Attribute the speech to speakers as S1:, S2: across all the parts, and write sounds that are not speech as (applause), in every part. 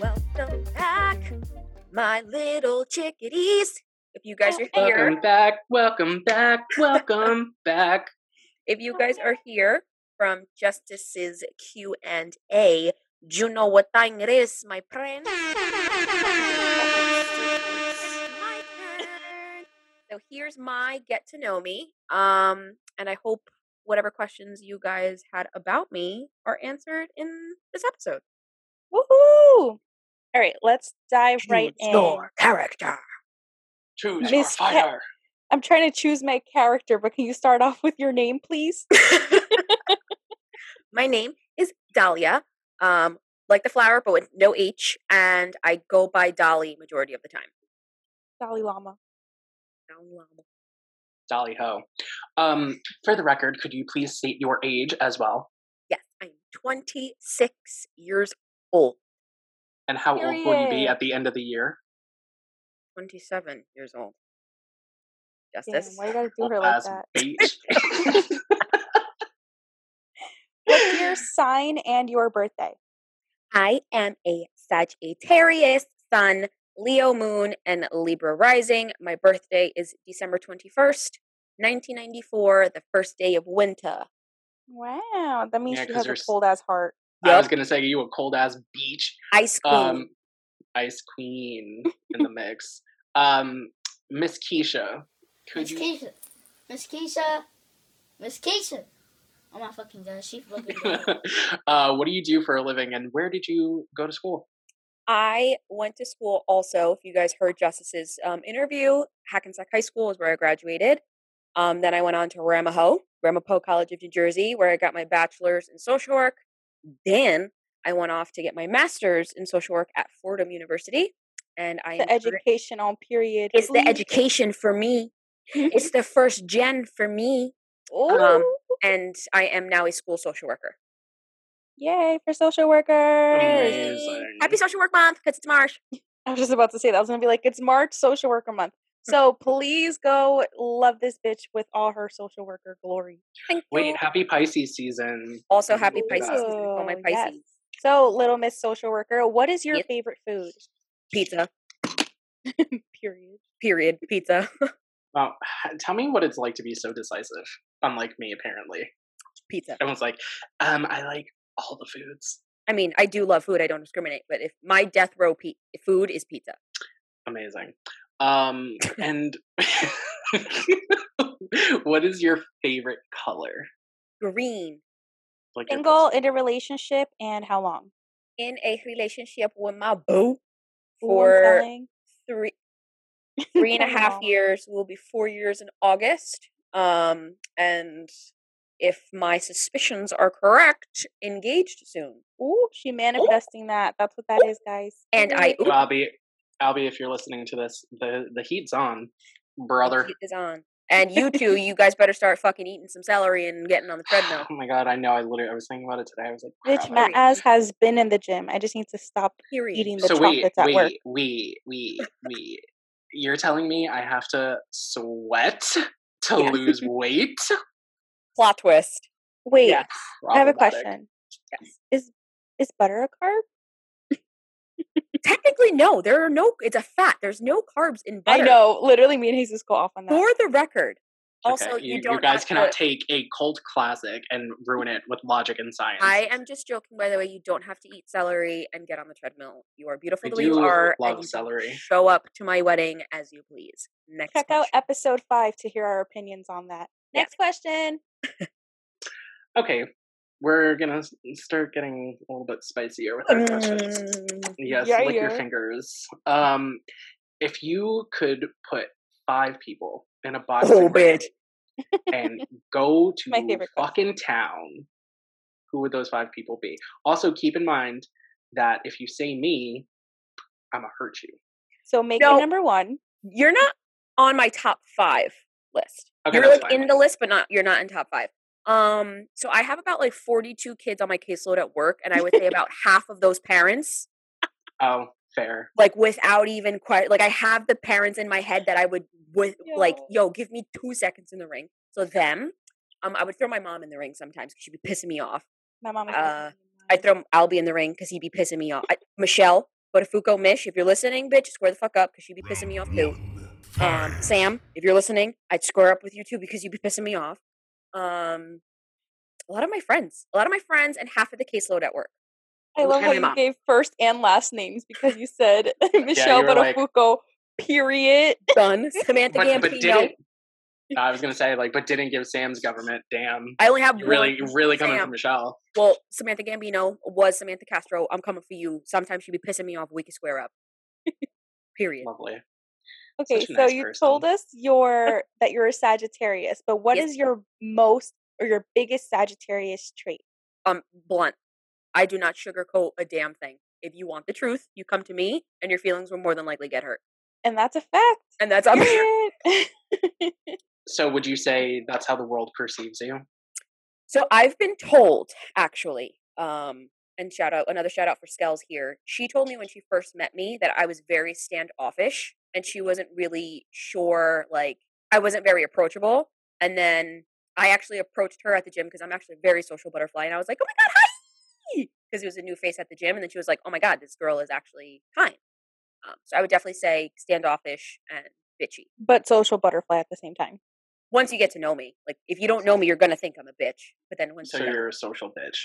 S1: Welcome back, my little chickadees. If you guys are here,
S2: Welcome back, welcome back, welcome back.
S1: if you guys are here from Justice's Q and A, you know what time it is, my friend. My turn. So here's my get to know me. Um, and I hope whatever questions you guys had about me are answered in this episode.
S3: Woohoo! All right, let's dive right
S1: Choose
S3: in.
S1: your character.
S2: Choose
S3: (laughs)
S2: your
S3: Miss Cat-
S2: fire.
S3: I'm trying to choose my character, but can you start off with your name, please?
S1: my name is Dahlia, um, like the flower, but with no H, and I go by Dolly majority of the time.
S3: Dalai Lama.
S2: Dolly Ho. Um, for the record, could you please state your age as well?
S1: Yes, I'm 26 years old.
S2: And how old will you be
S3: Period.
S2: at the end of the year?
S1: 27 years old.
S3: Damn,
S1: Justice.
S3: why you gotta do
S2: Old
S3: her like
S2: ass
S3: that? (laughs)
S2: bitch.
S3: What's
S2: (laughs)
S3: your sign and your birthday?
S1: I am a Sagittarius Sun, Leo Moon, and Libra Rising. My birthday is December 21st, 1994, the first day of winter.
S3: Wow, that means
S2: Yeah,
S3: she
S2: 'cause
S3: has a
S2: there's-
S3: cold ass heart.
S2: I was gonna say you a cold ass beach.
S1: um, Ice Queen.
S2: Um, ice queen
S3: (laughs)
S2: in the mix. Um, Miss Keisha, could
S4: Miss
S2: you?
S4: Keisha. Miss Keisha. Miss Keisha. Oh my fucking god, she fucking bad.
S2: (laughs) uh, what do you do for a living, and where did you go to school?
S1: I went to school also. If you guys heard Justice's um, interview, Hackensack High School is where I graduated. Um, then I went on to Ramapo, Ramapo College of New Jersey, where I got my bachelor's in social work. Then I went off to get my master's in social work at Fordham University, and I am
S3: The
S1: current-
S3: educational period.
S1: it's the
S3: please.
S1: education for me. it's (laughs) the first gen for me,
S3: Ooh,
S1: um, and I am now a school social worker.
S3: yay for social workers!
S1: Mm.
S2: Amazing.
S1: Happy Social Work Month because it's March.
S3: I was just about to say that. I was gonna be like, it's March Social Worker Month. So please go love this bitch with all her social worker glory.
S1: Thank you.
S2: Wait, happy Pisces season.
S1: Also,
S2: Ooh,
S1: happy
S2: look at
S1: Pisces season to all my
S3: Oh, yes.
S1: Pisces.
S3: So, little Miss Social Worker, what is your
S1: Yep.
S3: favorite food?
S1: Pizza.
S3: Period.
S1: Period. Pizza.
S2: Wow, tell me what it's like to be so decisive. Unlike me, apparently,
S1: Pizza.
S2: everyone's like, um, I like all the foods.
S1: I mean, I do love food. I don't discriminate. But if my death row pe- food is pizza,
S2: Amazing. Um, and (laughs) what is your favorite color?
S1: green.
S2: Like your
S3: Single, in a relationship, and how long?
S1: In a relationship with my boo
S3: Ooh, I'm
S1: for
S3: telling. (laughs)
S1: three three and a
S3: How
S1: half
S3: long?
S1: years. Will be four years in August. Um, and if my suspicions are correct, engaged soon.
S3: Ooh, she manifesting that. That's what that is, guys.
S1: And I
S3: Period.
S2: Bobby, Albie, if you're listening to this, the the heat's on, brother.
S1: Heat is on. And you
S3: (laughs)
S1: two, you guys better start fucking eating some celery and getting on the
S3: (sighs)
S1: treadmill.
S2: Oh my god, I know. I literally, I was thinking about it today. I was like,
S3: Bitch,
S2: "Crap,
S3: my
S1: Period.
S3: ass has been in the gym. I just need to stop
S1: Period.
S3: eating the
S2: so wait,
S3: chocolates at
S2: wait,
S3: work.
S2: wait, wait, wait. You're telling me I have to sweat (laughs) to
S1: Yeah. (laughs)
S2: lose weight?
S1: Plot twist.
S3: Wait,
S1: Yeah.
S3: I have a
S2: Problematic.
S3: question.
S1: Yes.
S3: Is is butter a carb?
S1: Technically, no. There are no. It's a fat. There's no carbs in
S3: I
S1: butter.
S3: know. Literally, me and Jesus go off on that.
S1: For the record,
S2: Okay,
S1: also you,
S2: you,
S1: don't.
S2: guys
S1: have
S2: cannot
S1: To,
S2: take a cult classic and ruin it with logic and science.
S1: I am just joking, by the way. You don't have to eat celery and get on the treadmill. You are beautiful
S2: I
S1: the way you
S2: do
S1: are.
S2: love
S1: and you can
S2: celery.
S1: Show up to my wedding as you please. Next.
S3: Check out episode five to hear our opinions on that.
S1: Yeah.
S3: Next question.
S2: okay, we're gonna s- start getting a little bit spicier with our questions.
S1: question.
S2: Yes,
S3: Yeah,
S2: lick your
S3: yeah.
S2: fingers. Um, if you could put five people in a boxing
S1: Oh,
S2: ring
S1: bitch.
S2: and
S1: (laughs)
S2: go to
S3: My favorite question.
S2: fucking town, who would those five people be? Also, keep in mind that if you say me, I'm gonna hurt you.
S3: So make
S1: No.
S3: it number one.
S1: You're not on my top five list.
S2: Okay,
S1: you're
S2: that's
S1: like
S2: fine.
S1: in the list, but not you're not in top five. Um, so I have about like 42 kids on my caseload at work, and I would say about half of those parents
S2: Oh, fair.
S1: like without even quite like I have the parents in my head that I would with like
S3: Yeah.
S1: yo give me two seconds in the ring. So them, Um, I would throw my mom in the ring sometimes 'cause she'd be pissing me off.
S3: My mom. Was
S1: Uh,
S3: like,
S1: I throw Albie in the ring because he'd be pissing me off. I, Michelle, go to Fuko Mish if you're listening, bitch. Square the fuck up because she'd be pissing me off too. Um, Sam, if you're listening, I'd square up with you too because you'd be pissing me off. Um, a lot of my friends, a lot of my friends, and half of the caseload at work.
S3: I love
S1: and
S3: how
S1: my
S3: you
S1: mom.
S3: gave first and last names because you said (laughs) Michelle
S2: you were like-
S3: Botafuco, period.
S1: Done. Samantha
S2: But, but
S1: Gambino.
S2: didn't. I was gonna say like, but didn't give Sam's government.
S1: (laughs)
S2: Damn,
S1: I only have
S2: you really,
S1: one
S2: you really coming
S1: Sam.
S2: from Michelle.
S1: Well, Samantha Gambino was Samantha Castro. I'm coming for you. Sometimes she'd be pissing me off. We could square up. (laughs) Period.
S2: Lovely.
S3: Okay,
S2: Such a
S3: so
S2: nice
S3: you
S2: person.
S3: told us your that you're a Sagittarius, but what is
S1: Yes.
S3: your most or your biggest Sagittarius trait?
S1: Um, blunt. I do not sugarcoat a damn thing. If you want the truth, you come to me, and your feelings will more than likely get hurt.
S3: And that's a fact.
S1: And that's I'm (laughs)
S3: Period.
S2: So would you say that's how the world perceives you?
S1: So I've been told, actually, um, and shout out another shout out for Skells here. She told me when she first met me that I was very standoffish, and she wasn't really sure. Like I wasn't very approachable. And then I actually approached her at the gym because I'm actually a very social butterfly, and I was like, "Oh my god, hi!" Because it was a new face at the gym, and then she was like, "Oh my god, this girl is actually kind." Um, so I would definitely say standoffish and bitchy.
S3: (laughs) but social butterfly at the same time.
S1: Once you get to know me, like if you don't know me, you're gonna think I'm a bitch. But then once
S2: So
S1: you know,
S2: you're a social
S1: (laughs)
S2: bitch.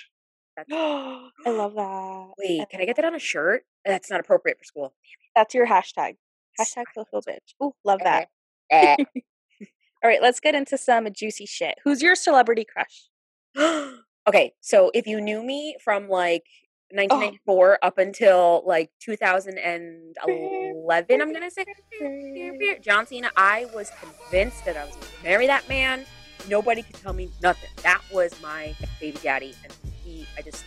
S2: (gasps)
S3: I love that.
S1: Wait, can I
S3: love
S1: get that on a shirt? That's not appropriate for school.
S3: That's your hashtag.
S1: Yes,
S3: Hashtag social bitch. Ooh, love
S1: Okay.
S3: that. All right, let's get into some juicy shit. Who's your celebrity crush?
S1: (laughs) okay, so if you knew me from like 1994 up until like 2011, I'm gonna say John Cena. I was convinced that I was gonna marry that man. Nobody could tell me nothing. That was my baby daddy, and he, I just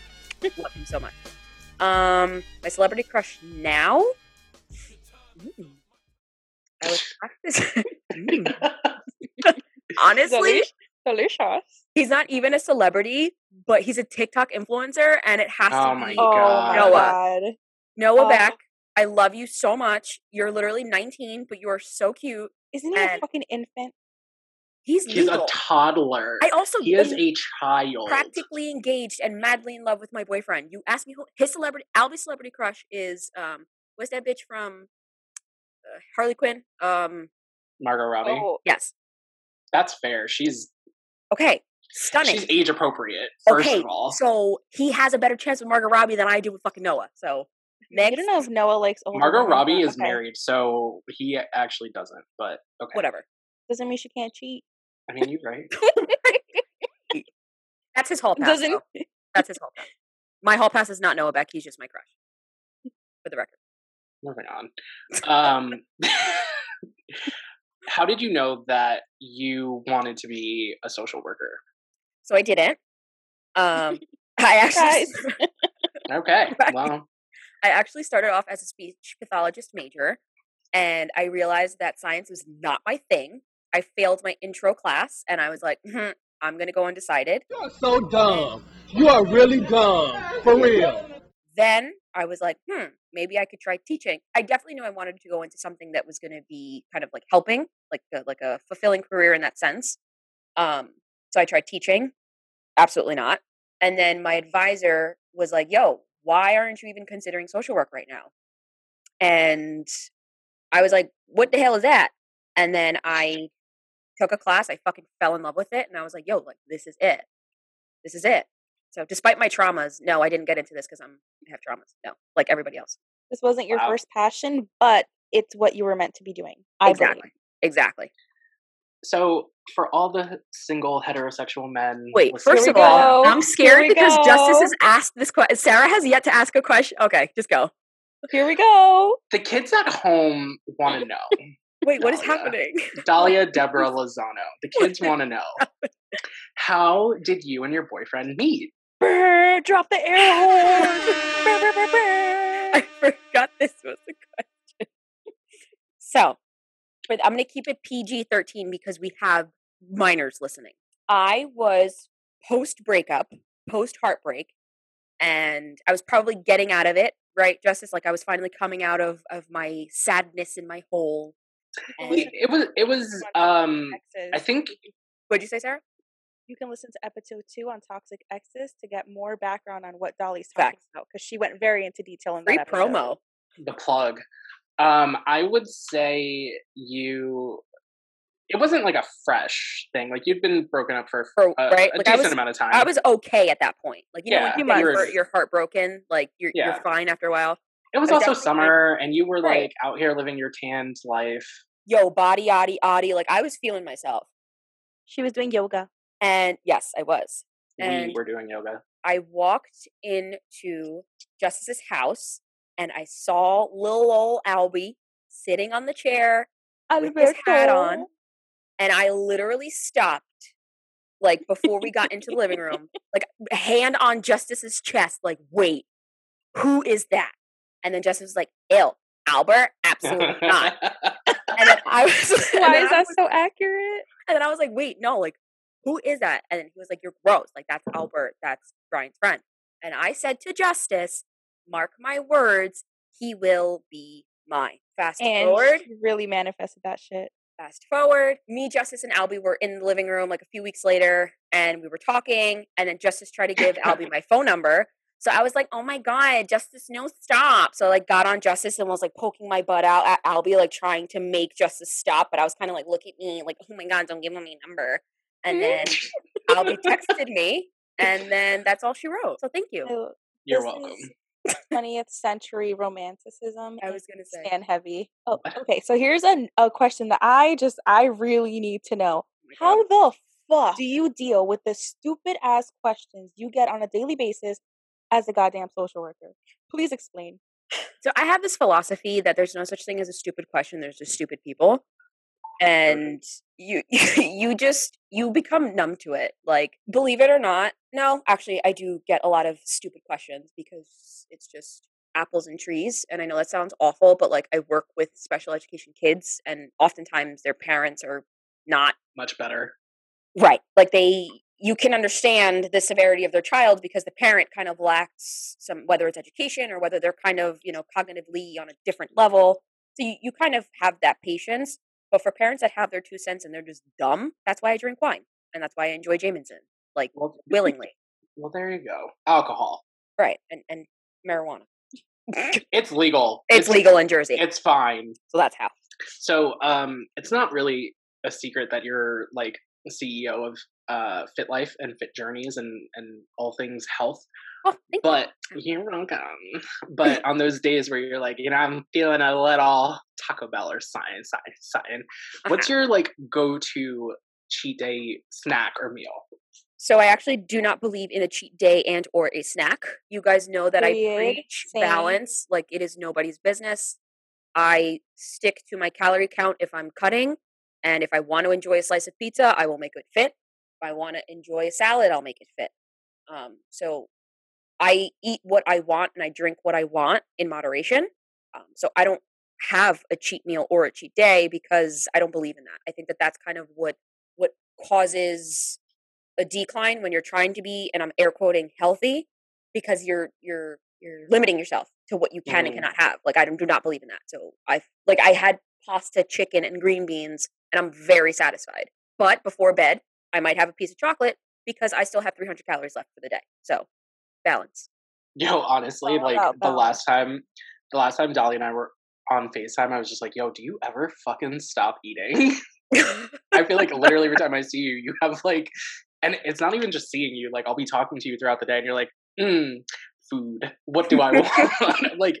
S1: love him so much. Um, my celebrity crush now. Mm. I was practicing. (laughs) Mm. Honestly,
S3: Delish- Delicious.
S1: he's not even a celebrity, but he's a TikTok influencer, and it has
S2: Oh
S1: to
S2: my
S1: be
S2: God.
S1: Noah.
S3: God.
S1: Noah
S3: Oh.
S1: Beck. I love you so much. You're literally 19, but you are so cute.
S3: Isn't he a
S1: And-
S3: fucking infant?
S1: He's
S2: He's a
S1: legal.
S2: toddler.
S1: I also
S2: he is
S1: am
S2: a child.
S1: practically engaged and madly in love with my boyfriend. You asked me who his celebrity, Albie's celebrity crush is. Um, was that bitch from uh, Harley Quinn? Um,
S2: Margot Robbie.
S3: Oh,
S1: yes.
S2: That's fair. She's
S1: Okay, stunning.
S2: she's age appropriate. First
S1: okay,
S2: of all,
S1: so he has a better chance with Margot Robbie than I do with fucking Noah. So,
S3: I
S1: next,
S3: don't know if Noah likes older
S2: Margot
S3: women, but
S2: Robbie is
S3: okay.
S2: married, so he actually doesn't. But okay,
S1: whatever.
S3: Doesn't mean she can't cheat.
S2: I mean, you're right.
S1: That's his hall pass.
S3: Doesn't.
S1: though. That's his hall pass. My hall pass is not Noah Beck. He's just my crush. For the record,
S2: Moving on. Um, (laughs) how did you know that you wanted to be a social worker?
S1: so I didn't. Um,
S3: (laughs)
S1: I actually,
S3: Guys.
S2: Okay,
S1: (laughs) Right.
S2: well,
S1: I actually started off as a speech pathologist major, and I realized that science was not my thing. I failed my intro class, and I was like, hmm, I'm gonna go undecided.
S5: You are so dumb. You are really dumb. For real.
S1: then I was like, hmm, maybe I could try teaching. I definitely knew I wanted to go into something that was going to be kind of like helping, like a, like a fulfilling career in that sense. Um, so I tried teaching. Absolutely not. And then my advisor was like, "Yo, why aren't you even considering social work right now?" And I was like, "What the hell is that?" And then I took a class. I fucking fell in love with it, and I was like, "Yo, like this is it. This is it." So, despite my traumas, no, I didn't get into this because I'm I have traumas. No, like everybody else.
S3: This wasn't your
S2: Wow.
S3: first passion, but it's what you were meant to be doing. I Mm,
S1: exactly.
S3: believe.
S1: Exactly.
S2: so for all the single heterosexual men,
S1: Wait,
S2: listening-
S1: first
S3: we
S1: of all, (laughs)
S3: go.
S1: I'm
S3: Here
S1: scared
S3: we
S1: because Justice
S3: go.
S1: has asked this question. Sarah has yet to ask a question. Okay, just go.
S3: Here we go.
S2: the kids at home want to know.
S1: Wait, what is
S3: Oh,
S2: Dahlia.
S1: happening?
S2: Dahlia
S1: (laughs)
S2: Deborah Lozano. The kids want to know how did you and your boyfriend meet?
S3: Brr, drop the air horn. Brr, brr, brr, brr.
S1: I forgot this was a question. So, but I'm going to keep it PG 13 because we have minors listening. I was post breakup, post heartbreak, and I was probably getting out of it, right, Justice? Like I was finally coming out of, of my sadness in my hole.
S2: It was it was um
S3: Exes.
S1: um,
S2: I think
S1: What'd you say, Sarah?
S3: You can listen to episode two on toxic exes to get more background on what Dolly's talking
S1: Facts.
S3: about because she went very into detail in
S1: Free
S3: that episode.
S1: promo.
S2: the plug. Um, I would say you. It wasn't like a fresh thing. Like you've been broken up for,
S1: For-
S2: a,
S1: right?
S2: Uh, a
S1: Like, I
S2: decent
S1: was-
S2: amount of time.
S1: I was okay at that point. Like you know,
S2: Yeah,
S1: when you
S3: you
S1: get
S2: were-
S1: hurt, your heart broken, like you're
S2: Yeah.
S1: you're fine after a while.
S2: it was
S1: I
S2: also
S1: definitely-
S2: summer, and you were
S1: Right.
S2: like out here living your tanned life.
S1: Yo, body, oddy, oddy. Like I was feeling myself,
S3: She was doing yoga.
S1: and yes, I was.
S2: we
S1: And-
S2: were doing yoga.
S1: I walked into Justice's house, and I saw little old Albie sitting on the chair With his hat on. and I literally stopped like before we got into the living
S2: (laughs)
S1: room, like hand on Justice's chest, like, wait, who is that? And then Justice was like, ill, Albert,
S2: (laughs)
S1: absolutely not. And then I was (laughs)
S3: (laughs)
S1: and
S3: Why
S1: then
S3: is
S1: I
S3: that
S1: was-
S3: so accurate?
S1: and then I was like, wait, no, like, who is that? And then he was like, You're gross. Like, that's Albert, that's Brian's friend. And I said to Justice, mark my words, he will be mine. Fast
S3: And
S1: forward
S3: she really manifested that shit.
S1: fast forward me justice and albie were in the living room like a few weeks later and we were talking and then justice tried to give albie my phone number so i was like oh my god justice no stop so I, like got on justice and was like poking my butt out at albie like trying to make justice stop but i was kind of like look at me like oh my god don't give him my number and then albie texted me and then that's all she wrote so thank you
S3: (laughs) I-
S2: You're
S3: This
S2: welcome.
S3: is
S1: (laughs)
S3: 20th century romanticism.
S1: i
S3: and
S1: was gonna say
S3: stand heavy.
S2: (laughs)
S3: Oh,
S2: What?
S3: okay. So here's an, a question that I just I really need to
S1: Oh
S3: know.
S1: my
S3: How
S1: God.
S3: the fuck do you deal with the stupid ass questions you get on a daily basis as a goddamn social worker? Please explain.
S1: so i have this philosophy that there's no such thing as a stupid question there's just stupid people and you (laughs) you just you become numb to it like believe it or not no actually i do get a lot of stupid questions because it's just apples and trees and i know that sounds awful but like i work with special education kids and oftentimes their parents are not
S2: Much better.
S1: right like they you can understand the severity of their child because the parent kind of lacks some whether it's education or whether they're kind of you know cognitively on a different level so you, you kind of have that patience but for parents that have their two cents and they're just dumb that's why i drink wine and that's why i enjoy jameson like
S2: Well,
S1: willingly
S2: well, there you go. Alcohol.
S1: right and, and marijuana (laughs)
S2: It's legal.
S1: it's legal in jersey
S2: It's fine.
S1: so that's how
S2: So, um, it's not really a secret that you're like the CEO of uh, Fit Life and Fit Journeys and and all things health.
S1: oh, thank (laughs) you.
S2: But you're welcome. But on those days where you're like, you know, I'm feeling a little Taco Bell or sign, sign, sign.
S1: (laughs)
S2: What's your like go-to cheat day snack or meal? (laughs)
S1: so i actually do not believe in a cheat day and or a snack you guys know that i
S3: Period.
S1: preach
S3: Same.
S1: balance like it is nobody's business i stick to my calorie count if i'm cutting and if i want to enjoy a slice of pizza i will make it fit if i want to enjoy a salad i'll make it fit um, so i eat what i want and i drink what i want in moderation um, so i don't have a cheat meal or a cheat day because i don't believe in that i think that that's kind of what what causes a decline when you're trying to be and i'm air quoting healthy because you're you're you're limiting yourself to what you can and
S2: Mhm.
S1: cannot have like i don't- do not believe in that so i like i had pasta chicken and green beans and i'm very satisfied but before bed i might have a piece of chocolate because i still have 300 calories left for the day so balance (laughs)
S2: Yo, honestly,
S3: all
S2: like
S3: about
S2: the last time, the last time Dolly and I were on Facetime, I was just like, "Yo, do you ever fucking stop eating?" (laughs) I feel like literally every time I see you, you have like, and it's not even just seeing you. Like I'll be talking to you throughout the day, and you're like, mm, "Food. What do I want?" (laughs) like,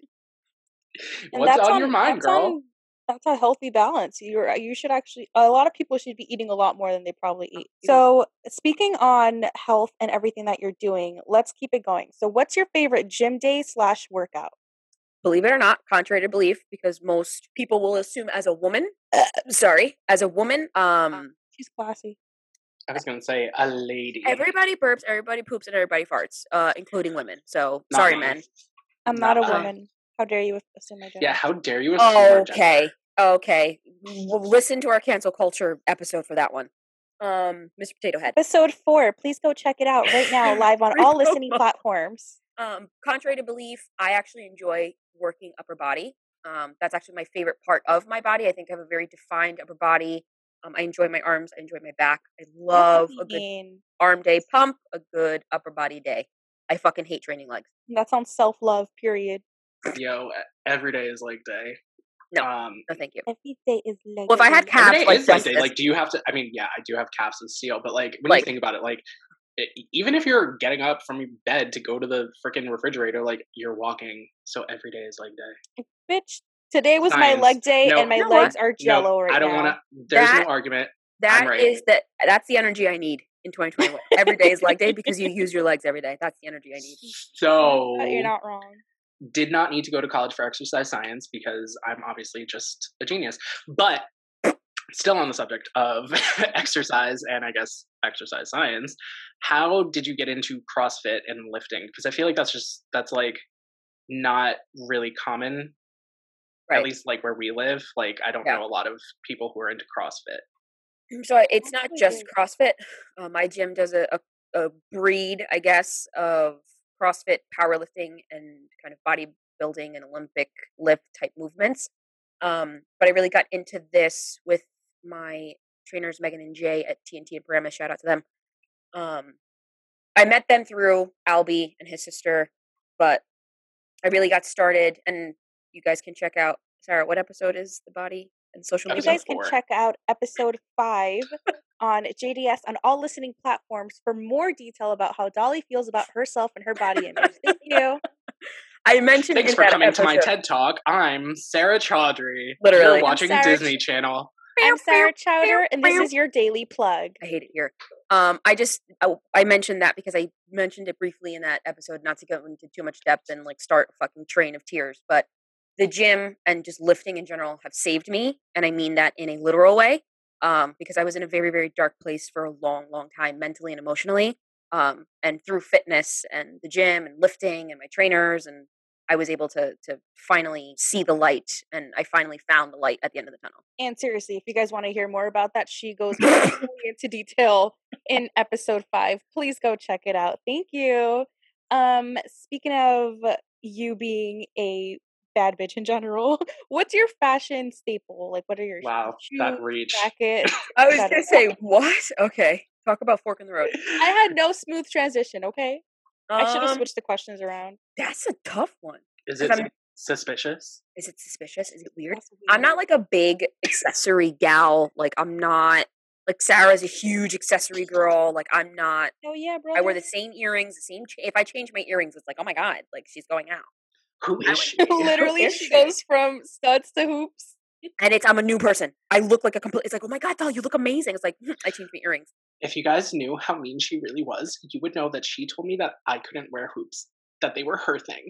S3: And
S2: what's on, your mind,
S3: that's
S2: girl?
S3: on- that's a healthy balance. You're uh, you should actually a lot of people should be eating a lot more than they probably eat. So speaking on health and everything that you're doing, let's keep it going. So what's your favorite gym day slash workout?
S1: believe it or not, contrary to belief, because most people will assume as a woman,
S2: Uh.
S1: sorry, as a woman, um,
S3: She's classy.
S2: I was gonna say a lady.
S1: everybody burps, everybody poops, and everybody farts, uh, including women. So
S2: Not
S1: sorry,
S2: me.
S1: men.
S3: I'm not a
S2: Nah. uh,
S3: woman. How dare you assume my gender?
S2: Yeah, how dare you? assume our gender?
S1: Okay, okay. We'll listen to our cancel culture episode for that one. Um, Mr. Potato Head.
S3: Episode four. Please go check it out right
S1: (laughs)
S3: now, live on
S1: Free
S3: all listening
S1: promo.
S3: platforms.
S1: um, contrary to belief, I actually enjoy working upper body. Um, that's actually my favorite part of my body. I think I have a very defined upper body. Um, I enjoy my arms. I enjoy my back. I love a good
S3: mean,
S1: arm day pump, a good upper body day. I fucking hate training legs.
S3: that sounds self love. Period.
S2: Yo, every day is like day.
S1: No.
S2: Um,
S1: No, thank you.
S3: Every day is like.
S1: Well, if I had
S3: day.
S1: calves
S2: every day
S1: like
S2: is like day.
S1: justice.
S2: Like, do you have to? I mean, yeah, I do have calves and steel, but like when
S1: Like-
S2: you think about it, like e- even if you're getting up from your bed to go to the freaking refrigerator, like you're walking. So every day is like day.
S3: (laughs) bitch, today was my
S2: Science.
S3: leg day,
S2: No,
S3: and my
S1: you know what?
S3: legs are jello
S2: no,
S3: right
S2: I don't
S3: now.
S2: want to. There's
S1: That-
S2: no argument.
S1: That is
S2: right.
S1: that. That's the energy I need in 2021. every day is leg day because you use your legs every day. That's the energy I need.
S2: So
S3: But you're not wrong.
S2: did not need to go to college for exercise science because I'm obviously just a genius. But still on the subject of (laughs) exercise and I guess exercise science, how did you get into CrossFit and lifting? Because I feel like that's just that's like not really common.
S1: Right.
S2: At least like where we live, like I don't
S1: Yeah.
S2: know a lot of people who are into CrossFit.
S1: So I- it's not just CrossFit.
S3: Absolutely.
S1: Uh, my gym does a, a, a breed, I guess, of CrossFit, powerlifting, and kind of bodybuilding and Olympic lift type movements. Um, but I really got into this with my trainers, Megan and Jay at TNT and Parama. Shout out to them. Um, I met them through Albie and his sister, but I really got started. And you guys can check out, Sarah, what episode is the body and social
S3: You
S2: Episode
S1: media?
S3: guys can
S2: four.
S3: check out episode five on JDS on all listening platforms for more detail about how Dolly feels about herself and her body image. Thank you.
S1: (laughs) I mentioned
S2: Thanks
S1: in
S2: for
S1: that
S2: coming to my
S1: episode-
S2: TED Talk. I'm Sarah Chaudhry.
S1: Literally. I'm
S2: You're watching
S3: Sarah
S2: Disney Channel.
S3: I'm Sarah Chowder, and this is your daily plug.
S1: I hate it here. Um, I just I, w- I mentioned that because I mentioned it briefly in that episode, not to go into too much depth and like start a fucking train of tears, but the gym and just lifting in general have saved me, and I mean that in a literal way, um, because I was in a very very dark place for a long long time mentally and emotionally, um, and through fitness and the gym and lifting and my trainers and I was able to to finally see the light, and I finally found the light at the end of the tunnel.
S3: And seriously, if you guys want to hear more about that, she
S1: (laughs)
S3: goes really into detail in episode five. Please go check it out. Thank you. Um, speaking of you being a bad bitch in general, (laughs) what's your fashion staple? Like, what are your
S2: Wow,
S3: shoes,
S2: that reach.
S1: (laughs)
S3: jackets?
S1: I was
S3: Got
S1: gonna
S3: it.
S1: say what? Okay, talk about fork in the road.
S3: I had no smooth transition. Okay, I should have
S1: Um,
S3: switched the questions around.
S1: That's a tough one.
S2: Is
S1: If
S2: it
S1: I'm-
S2: suspicious?
S1: Is it suspicious? Is it weird?
S3: That's
S1: I'm not like
S3: weird.
S1: a big accessory gal. Like I'm not like Sarah's a huge accessory girl. Like I'm not.
S3: Oh yeah, bro.
S1: I wear
S3: (laughs)
S1: the same earrings, the same. Cha- if I change my earrings, it's like oh my god, like she's going out.
S2: Who
S1: I
S2: is she?
S3: Literally,
S1: is
S3: she
S1: she?
S3: goes from studs to hoops.
S1: And it's I'm a new person. I look like a complete. It's like oh my god, doll, you look amazing. It's like "Mm, I changed my earrings.
S2: If you guys knew how mean she really was, you would know that she told me that I couldn't wear hoops, that they were her thing.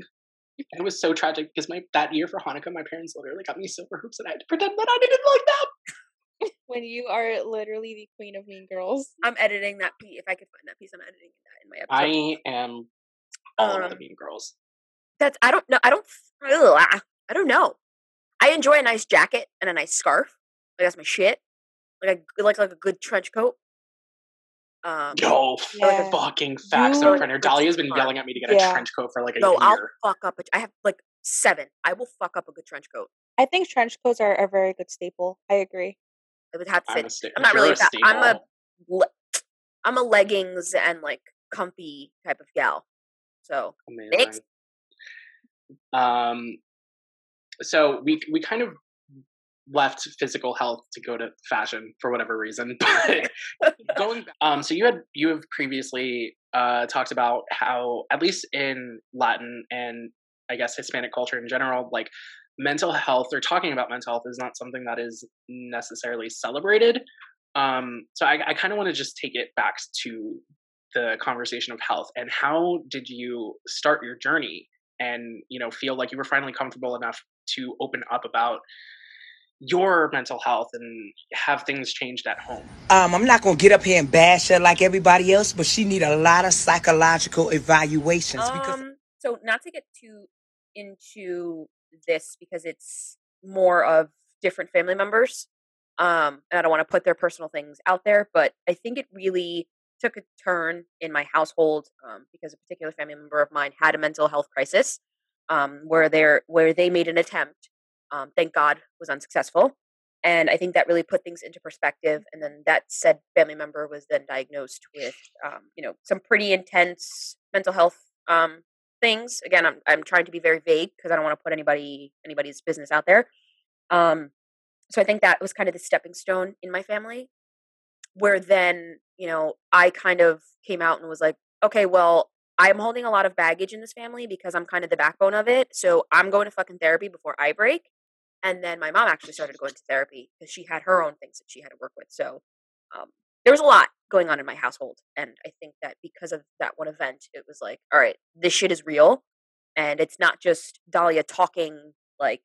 S2: And it was so tragic because my that year for Hanukkah, my parents literally got me silver hoops, and I had to pretend that I didn't like them.
S3: When you are literally the queen of mean girls.
S1: I'm editing that piece. If I could find that piece, I'm editing that in my episode.
S2: I am all of the
S1: Um,
S2: mean girls.
S1: That's I don't know. I don't. ugh, I, I don't know. I enjoy a nice jacket and a nice scarf. Like that's my shit. Like I like like a good trench coat. Um,
S2: Yo,
S1: like
S3: Yeah.
S2: fucking facts
S3: You-
S2: in front of her. Dolly has been
S1: Fun.
S2: yelling at me to get a
S3: Yeah.
S2: trench coat for like a
S1: no,
S2: year.
S1: I'll fuck up. A, I have like seven. I will fuck up a good trench coat.
S3: I think trench coats are a very good staple. I agree.
S1: I would have to say
S2: I'm a sta-
S1: I'm not
S2: you're
S1: really
S2: a
S1: a fa- I'm a-
S2: staple.
S1: le- I'm a leggings and like comfy type of gal. So
S2: Amazing. Oh, Um, so we we kind of left physical health to go to fashion for whatever reason. (laughs) But going back, um, so you had you have previously uh, talked about how at least in Latin and I guess Hispanic culture in general, like mental health or talking about mental health is not something that is necessarily celebrated. Um, so I, I kind of want to just take it back to the conversation of health and how did you start your journey and you know feel like you were finally comfortable enough to open up about your mental health and have things changed at home.
S6: Um, I'm not gonna get up here and bash her like everybody else, but she need a lot of psychological evaluations because
S1: um, so not to get too into this because it's more of different family members. Um, and I don't want to put their personal things out there, but I think it really took a turn in my household um, because a particular family member of mine had a mental health crisis um, where they where they made an attempt. Um, thank God was unsuccessful. And I think that really put things into perspective. And then that said family member was then diagnosed with, um, you know, some pretty intense mental health um, things. Again, I'm I'm trying to be very vague because I don't want to put anybody anybody's business out there. Um, so I think that was kind of the stepping stone in my family, where then you know I kind of came out and was like, okay, well, I'm holding a lot of baggage in this family because I'm kind of the backbone of it. So I'm going to fucking therapy before I break. And then my mom actually started going to therapy because she had her own things that she had to work with. So um, there was a lot going on in my household. And I think that because of that one event, it was like, all right, this shit is real. And it's not just Dahlia talking like,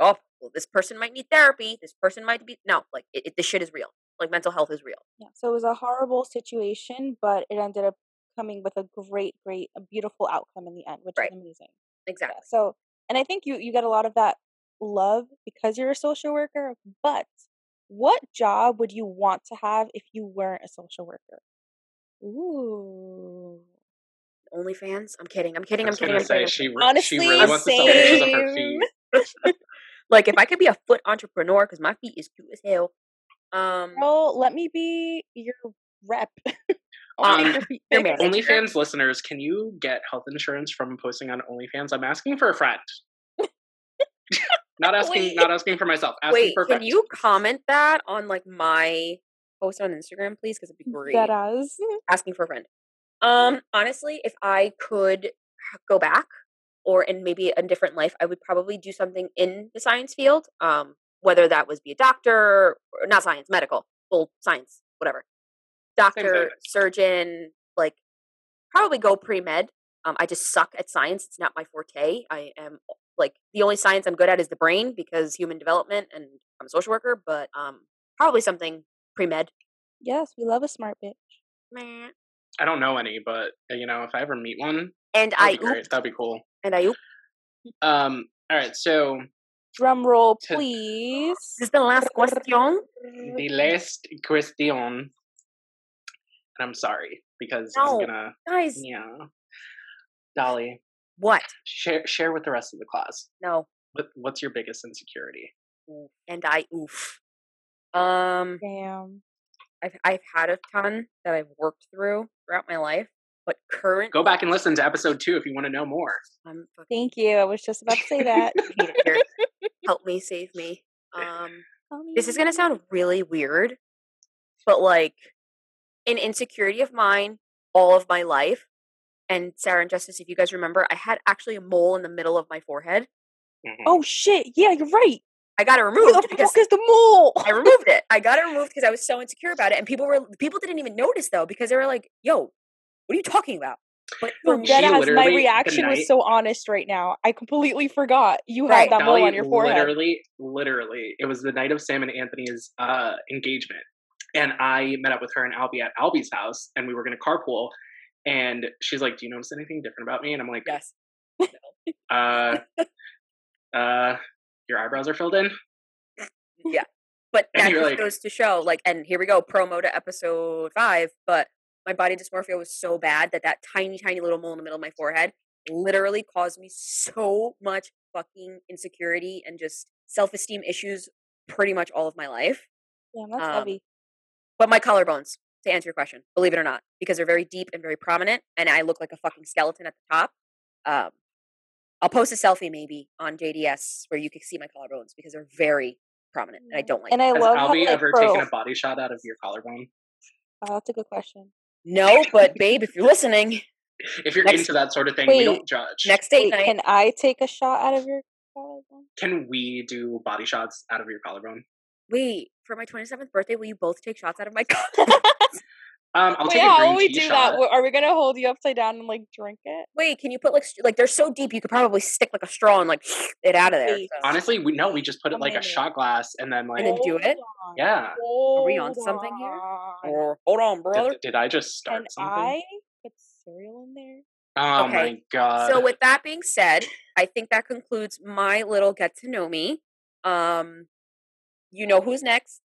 S1: oh, well, this person might need therapy. This person might be. No, like, it, it, this shit is real. Like, mental health is real.
S3: Yeah. So it was a horrible situation, but it ended up coming with a great, great, a beautiful outcome in the end, which
S1: Right.
S3: is amazing.
S1: Exactly.
S3: Yeah, So, and I think you you get a lot of that love because you're a social worker. But what job would you want to have if you weren't a social worker? Ooh,
S1: OnlyFans? I'm kidding. I'm kidding.
S2: I
S1: I'm
S2: was
S1: kidding.
S2: gonna
S1: I'm kidding.
S2: say she, re-
S3: Honestly,
S2: she really wants to sell pictures of her
S3: same.
S2: feet.
S1: (laughs) Like, if I could be a foot entrepreneur, because my feet is cute as hell. Um,
S3: girl, let me be your rep. (laughs)
S1: Uh,
S3: I'll
S2: Um,
S3: take your feet
S1: your man.
S3: pics. (laughs)
S2: OnlyFans listeners, can you get health insurance from posting on OnlyFans? I'm asking for a friend.
S1: (laughs)
S2: not asking,
S3: Wait.
S2: not asking for myself. Asking
S1: Wait,
S2: for a
S1: can
S2: friend.
S1: you comment that on like my post on Instagram, please? Because it'd be great.
S3: Deadass.
S1: Asking for a friend. Um, honestly, if I could h- go back or in maybe a different life, I would probably do something in the science field. Um, whether that was be a doctor, or not science, medical, full science, whatever. Doctor, surgeon, like probably go pre med. Um, I just suck at science. It's not my forte. I am like the only science I'm good at is the brain because human development, and I'm a social worker. But um, probably something pre med.
S3: (laughs) Yes, we love a smart bitch.
S1: And
S2: I don't know any, but uh, you know, if I ever meet one,
S1: I
S2: that'd be great.
S1: ooped,
S2: That'd be cool.
S1: and I ooped.
S2: Um, all right, so
S3: Drum roll,
S2: To-
S3: please.
S1: This is the last question.
S2: the last question, and I'm sorry because
S1: No.
S2: I'm gonna,
S1: Guys,
S2: yeah, Dolly,
S1: what?
S2: share share with the rest of the class.
S1: No.
S2: What, what's your biggest insecurity?
S1: And I oof. Um,
S3: Damn.
S1: I've, I've had a ton that I've worked through throughout my life, but current.
S2: Go back and listen to episode two if you want to know more. (laughs)
S1: I'm fucking
S3: Thank you. I was just about to say that.
S1: hate it here. Help me, save me. Um, this is gonna sound really weird, but like an insecurity of mine all of my life. And Sarah and Justice, if you guys remember, I had actually a mole in the middle of my forehead.
S2: Mhm.
S3: Oh shit! Yeah, you're
S2: (laughs)
S3: right.
S1: I
S2: Oh
S1: got it
S3: Who the
S1: removed because
S3: fuck is the mole? (laughs)
S1: I removed it. I got it removed because I was so insecure about it, and people were people didn't even notice though because they were like, "Yo, what are you talking about?" But for
S3: No,
S1: me,
S2: She
S3: deadass. My
S2: literally- the
S3: reaction
S2: night-
S3: was so honest right now. I completely forgot you
S1: Right.
S3: had that mole
S2: Dolly
S3: on your forehead.
S2: Literally, literally, it was the night of Sam and Anthony's uh, engagement, and I met up with her and Albie at Albie's house, and we were going to carpool. And she's like, "Do you notice anything different about me?" And I'm like,
S1: yes,
S3: (laughs)
S2: uh, uh, your eyebrows are filled in."
S1: yeah. But
S2: And
S1: that
S2: you're
S1: just
S2: like-
S1: goes to show, like, and here we go, promo to episode five. But my body dysmorphia was so bad that that tiny, tiny little mole in the middle of my forehead literally caused me so much fucking insecurity and just self esteem issues pretty much all of my life.
S3: Damn, that's
S1: Um,
S3: heavy.
S1: But my collarbones, to answer your question, believe it or not, because they're very deep and very prominent, and I look like a fucking skeleton at the top. Um, I'll post a selfie maybe on JDS where you can see my collarbones because they're very prominent, and I don't like.
S3: And
S1: it.
S3: I
S2: Has
S3: love how
S2: Albie
S3: like,
S2: ever
S3: for-
S2: taken a body shot out of your collarbone?
S3: oh, that's a good question.
S1: no, but babe, if you're
S3: (laughs)
S1: listening,
S2: If you're
S1: Next-
S2: into that sort of thing, we
S3: wait.
S2: don't judge.
S1: next date
S3: Wait,
S1: night,
S3: can I take a shot out of your collarbone?
S2: Can we do body shots out of your collarbone?
S1: wait for my 27th birthday, will you both take shots out
S3: (laughs)
S1: of my (laughs) collar?
S2: Um, I'll
S3: Wait,
S2: take a
S3: how
S2: green
S3: will we
S2: tea
S3: do
S2: shot.
S3: that? Wh- Are we gonna hold you upside down and like drink it?
S1: wait, can you put like st- like they're so deep you could probably stick like a straw and like (sniffs) it out of there.
S3: Wait.
S1: so-
S2: Honestly, we no, we just put it
S3: A
S2: like a
S3: minute.
S2: shot glass and then like
S1: And then do
S3: Hold
S1: it?
S3: on,
S2: yeah.
S1: Are we on
S3: hold
S1: something here?
S3: on.
S1: Or hold on, brother.
S2: Did, did I just start
S3: Can
S2: something?
S3: I put cereal in there?
S2: Oh
S1: Okay.
S2: my god.
S1: So with that being said, I think that concludes my little get to know me. Um, you know who's next.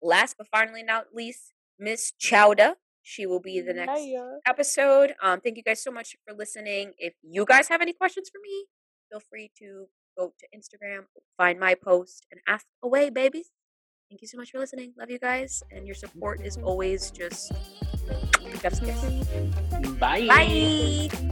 S1: Last but finally not least, Miss Chowda. She will be the next
S3: Naya.
S1: episode. Um, thank you guys so much for listening. If you guys have any questions for me, feel free to go to Instagram, find my post, and ask away, babies. Thank you so much for listening. Love you guys. And your support is always just chef's kiss.
S2: Bye.
S1: Bye.